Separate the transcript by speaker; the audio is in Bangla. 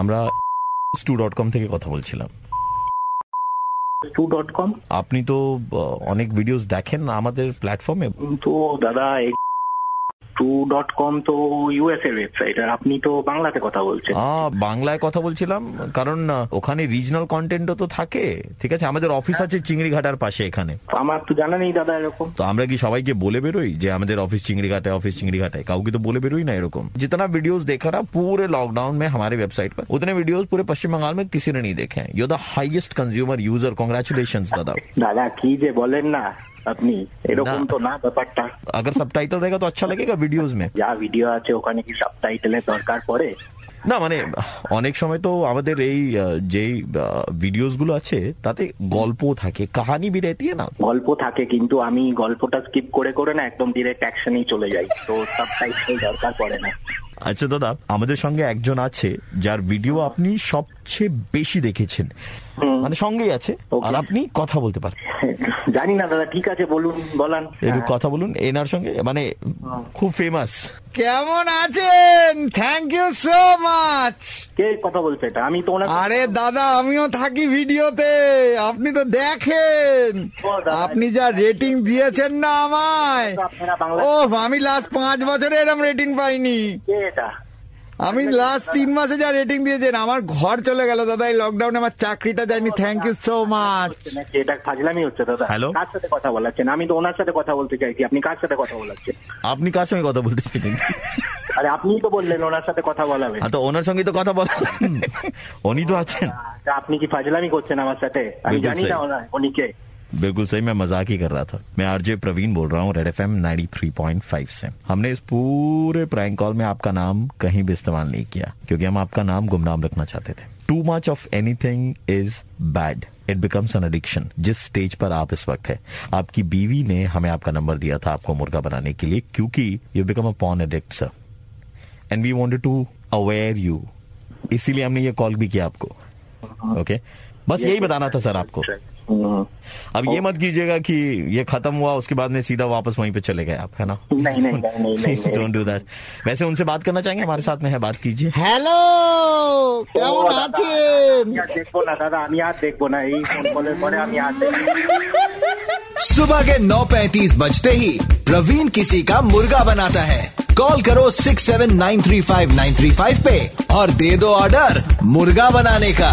Speaker 1: আমরা স্টু ডট কম থেকে কথা বলছিলাম
Speaker 2: টু ডট কম
Speaker 1: আপনি তো আহ, অনেক ভিডিওস দেখেন আমাদের প্ল্যাটফর্মে
Speaker 2: কিন্তু দাদা টু ডট কম তো ইউএস এর ওয়েবসাইট আর আপনি তো বাংলাতে কথা বলছেন
Speaker 1: বাংলায় কথা বলছিলাম কারণ আহ, ওখানে রিজনাল কন্টেন্টও তো থাকে ঠিক আছে আমাদের অফিস আছে চিংড়িঘাটার পাশে এখানে
Speaker 2: তো আমার তো জানা নেই দাদা এরকম
Speaker 1: তো আমরা কি সবাইকে বলে বেরোই যে আমাদের ऑफिस चिंगड़ीघाट है ऑफिस चिंगड़ीघाट है काउ की तो बोले बेरोई ना एरकम जितना वीडियोस देखा ना पूरे लॉकडाउन में हमारे वेबसाइट पर उतने वीडियोस पूरे पश्चिम बंगाल में किसी ने नहीं देखे हैं you the highest consumer user congratulation दादा
Speaker 2: দাদা কি যে বলেন না আপনি এরকম
Speaker 1: না।
Speaker 2: তো না ব্যাপারটা
Speaker 1: अगर सब टाइटल रहेगा तो अच्छा लगेगा वीडियोस में
Speaker 2: যা ভিডিও আছে ওখানে কি সাব টাইটেলের দরকার পড়ে
Speaker 1: না মানে অনেক সময় তো আমাদের এই আহ, যেই ভিডিওস গুলো আছে তাতে গল্পও থাকে কাহানি भी रहती है ना
Speaker 2: গল্প থাকে কিন্তু আমি গল্পটা স্কিপ করে করে না একদম ডিরেক্ট অ্যাকশনেই চলে যাই তো সাব টাইটেল দরকার পড়ে না
Speaker 1: আচ্ছা দাদা আমাদের সঙ্গে একজন আছে যার ভিডিও আপনি সবচেয়ে বেশি দেখেছেন মানে সঙ্গেই আছে
Speaker 2: Okay.
Speaker 1: আর আপনি কথা বলতে পারেন
Speaker 2: জানি না দাদা ঠিক আছে বলুন বলান
Speaker 1: একটু
Speaker 3: হ্যাঁ।
Speaker 1: কথা বলুন এনার সঙ্গে মানে খুব ফেমাস
Speaker 3: কেমন আছেন থ্যাংক ইউ সো মাচ
Speaker 2: কে কথা বলছে এটা আমি তো ওনার
Speaker 3: আরে দাদা আমিও থাকি ভিডিওতে আপনি তো দেখেন
Speaker 2: ও দাদা।
Speaker 3: আপনি যা রেটিং দিয়েছেন না আমায়
Speaker 2: আপনারা বাংলা
Speaker 3: ও আমি লাস্ট পাঁচ বছরে এরকম রেটিং পাইনি
Speaker 2: কে এটা
Speaker 3: আমি লাস্ট তিন মাসে যা রেটিং দিয়েছেন আমার ঘর চলে গেল দাদা এই লকডাউনে আমার চাকরিটা যায়নি থ্যাংক ইউ সো মাচ
Speaker 2: নাকি এটা ফাজলামি হচ্ছে দাদা
Speaker 1: Hello?
Speaker 2: কার সাথে কথা বলাচ্ছেন আমি তো ওনার সাথে কথা বলতে চাইছি আপনি কার সাথে কথা বলাচ্ছেন
Speaker 1: আপনি কার সঙ্গে কথা বলতে চাইছেন
Speaker 2: আরে আপনিই তো বললেন ওনার সাথে কথা বলাবেন
Speaker 1: হ্যাঁ, তো ওনার সঙ্গে তো কথা বলা উনি তো আছেন
Speaker 2: তা আপনি কি ফাজলামি করছেন আমার সাথে আমি
Speaker 1: বিলকুল
Speaker 2: জানি না
Speaker 1: স্যার।
Speaker 2: ওনার উনি কে
Speaker 1: बिल्कुल सही मैं मजाक ही कर रहा था मैं आरजे प्रवीण बोल रहा हूँ red F M ninety three point five से हमने इस पूरे प्रैंक कॉल में आपका नाम कहीं भी इस्तेमाल नहीं किया क्योंकि हम आपका नाम गुमनाम रखना चाहते थे too much of anything is bad it becomes an addiction जिस स्टेज पर आप इस वक्त है आपकी बीवी ने हमें आपका नंबर दिया था आपको मुर्गा बनाने के लिए क्योंकि you become a porn addict sir and we wanted to aware you इसीलिए हमने ये कॉल भी किया आपको ओके बस यही बताना था सर आपको
Speaker 2: হুম।
Speaker 1: अब ये मत कीजिएगा कि ये खत्म हुआ उसके बाद में सीधा वापस वहीं पे चले गए आप है ना
Speaker 2: नहीं, नहीं, नहीं, नहीं, नहीं, नहीं।
Speaker 1: डोंट डू दैट वैसे उनसे बात करना चाहेंगे हमारे साथ में है बात कीजिए
Speaker 3: হ্যালো
Speaker 2: ও
Speaker 3: কেমন আছেন
Speaker 2: দাদা, আমি আর দেখবো না দাদা আমি আর দেখবো না এই ফোন কলের পরে আমি আর দেখবো না।
Speaker 4: सुबह के 9:35 बजते ही प्रवीण किसी का मुर्गा बनाता है कॉल करो 6793595 पे और दे दो ऑर्डर मुर्गा बनाने का